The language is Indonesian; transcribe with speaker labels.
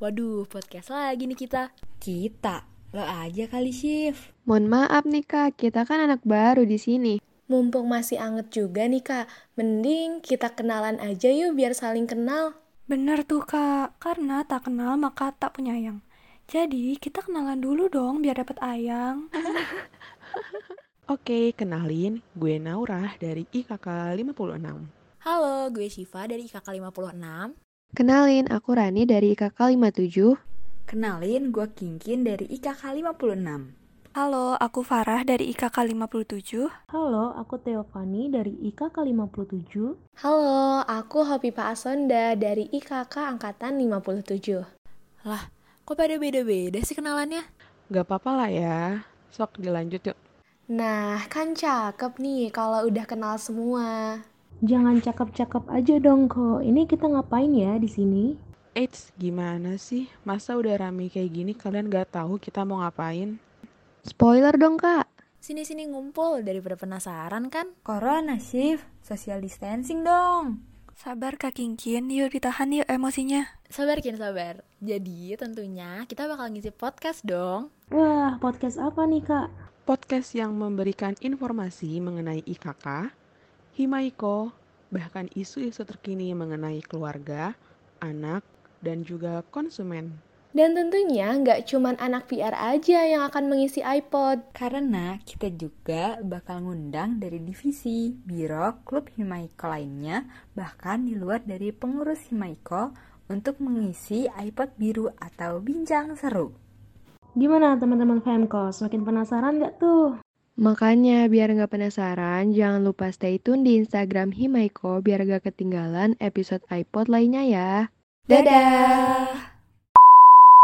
Speaker 1: Waduh, podcast lagi nih kita.
Speaker 2: Kita, lo aja kali shift.
Speaker 3: Mohon maaf nih kak, kita kan anak baru di sini.
Speaker 1: Mumpung masih anget juga nih kak, mending kita kenalan aja yuk biar saling kenal.
Speaker 4: Bener tuh kak, karena tak kenal maka tak punya ayang. Jadi kita kenalan dulu dong biar dapat ayang.
Speaker 5: Oke, kenalin, gue Naura dari IKK 56.
Speaker 1: Halo, gue Syifa dari IKK 56.
Speaker 3: Kenalin, aku Rani dari IKK 57.
Speaker 2: Kenalin, gue Kingkin dari IKK 56.
Speaker 4: Halo, aku Farah dari IKK 57.
Speaker 6: Halo, aku Teofani dari IKK 57.
Speaker 1: Halo, aku Hopipa Asonda dari IKK Angkatan 57. Lah, kok pada beda-beda sih kenalannya?
Speaker 5: Gak apa-apa lah ya, sok dilanjut yuk.
Speaker 1: Nah, kan cakep nih kalau udah kenal semua.
Speaker 6: Jangan cakep-cakep aja dong kok. Ini kita ngapain ya di sini?
Speaker 5: Eits, gimana sih? Masa udah rame kayak gini kalian gak tahu kita mau ngapain?
Speaker 3: Spoiler dong kak.
Speaker 1: Sini-sini ngumpul daripada penasaran kan?
Speaker 2: Corona shift, social distancing dong.
Speaker 4: Sabar kak Kingkin, yuk ditahan yuk emosinya.
Speaker 1: Sabar Kin, sabar. Jadi tentunya kita bakal ngisi podcast dong.
Speaker 6: Wah, podcast apa nih kak?
Speaker 5: Podcast yang memberikan informasi mengenai IKK, Himaiko, bahkan isu-isu terkini mengenai keluarga, anak, dan juga konsumen.
Speaker 1: Dan tentunya nggak cuman anak PR aja yang akan mengisi iPod.
Speaker 2: Karena kita juga bakal ngundang dari divisi, biro, klub Himaiko lainnya, bahkan di luar dari pengurus Himaiko untuk mengisi iPod biru atau bincang seru.
Speaker 6: Gimana teman-teman Femko? Semakin penasaran nggak tuh?
Speaker 3: Makanya biar nggak penasaran, jangan lupa stay tune di Instagram Himaiko biar gak ketinggalan episode iPod lainnya ya.
Speaker 1: Dadah!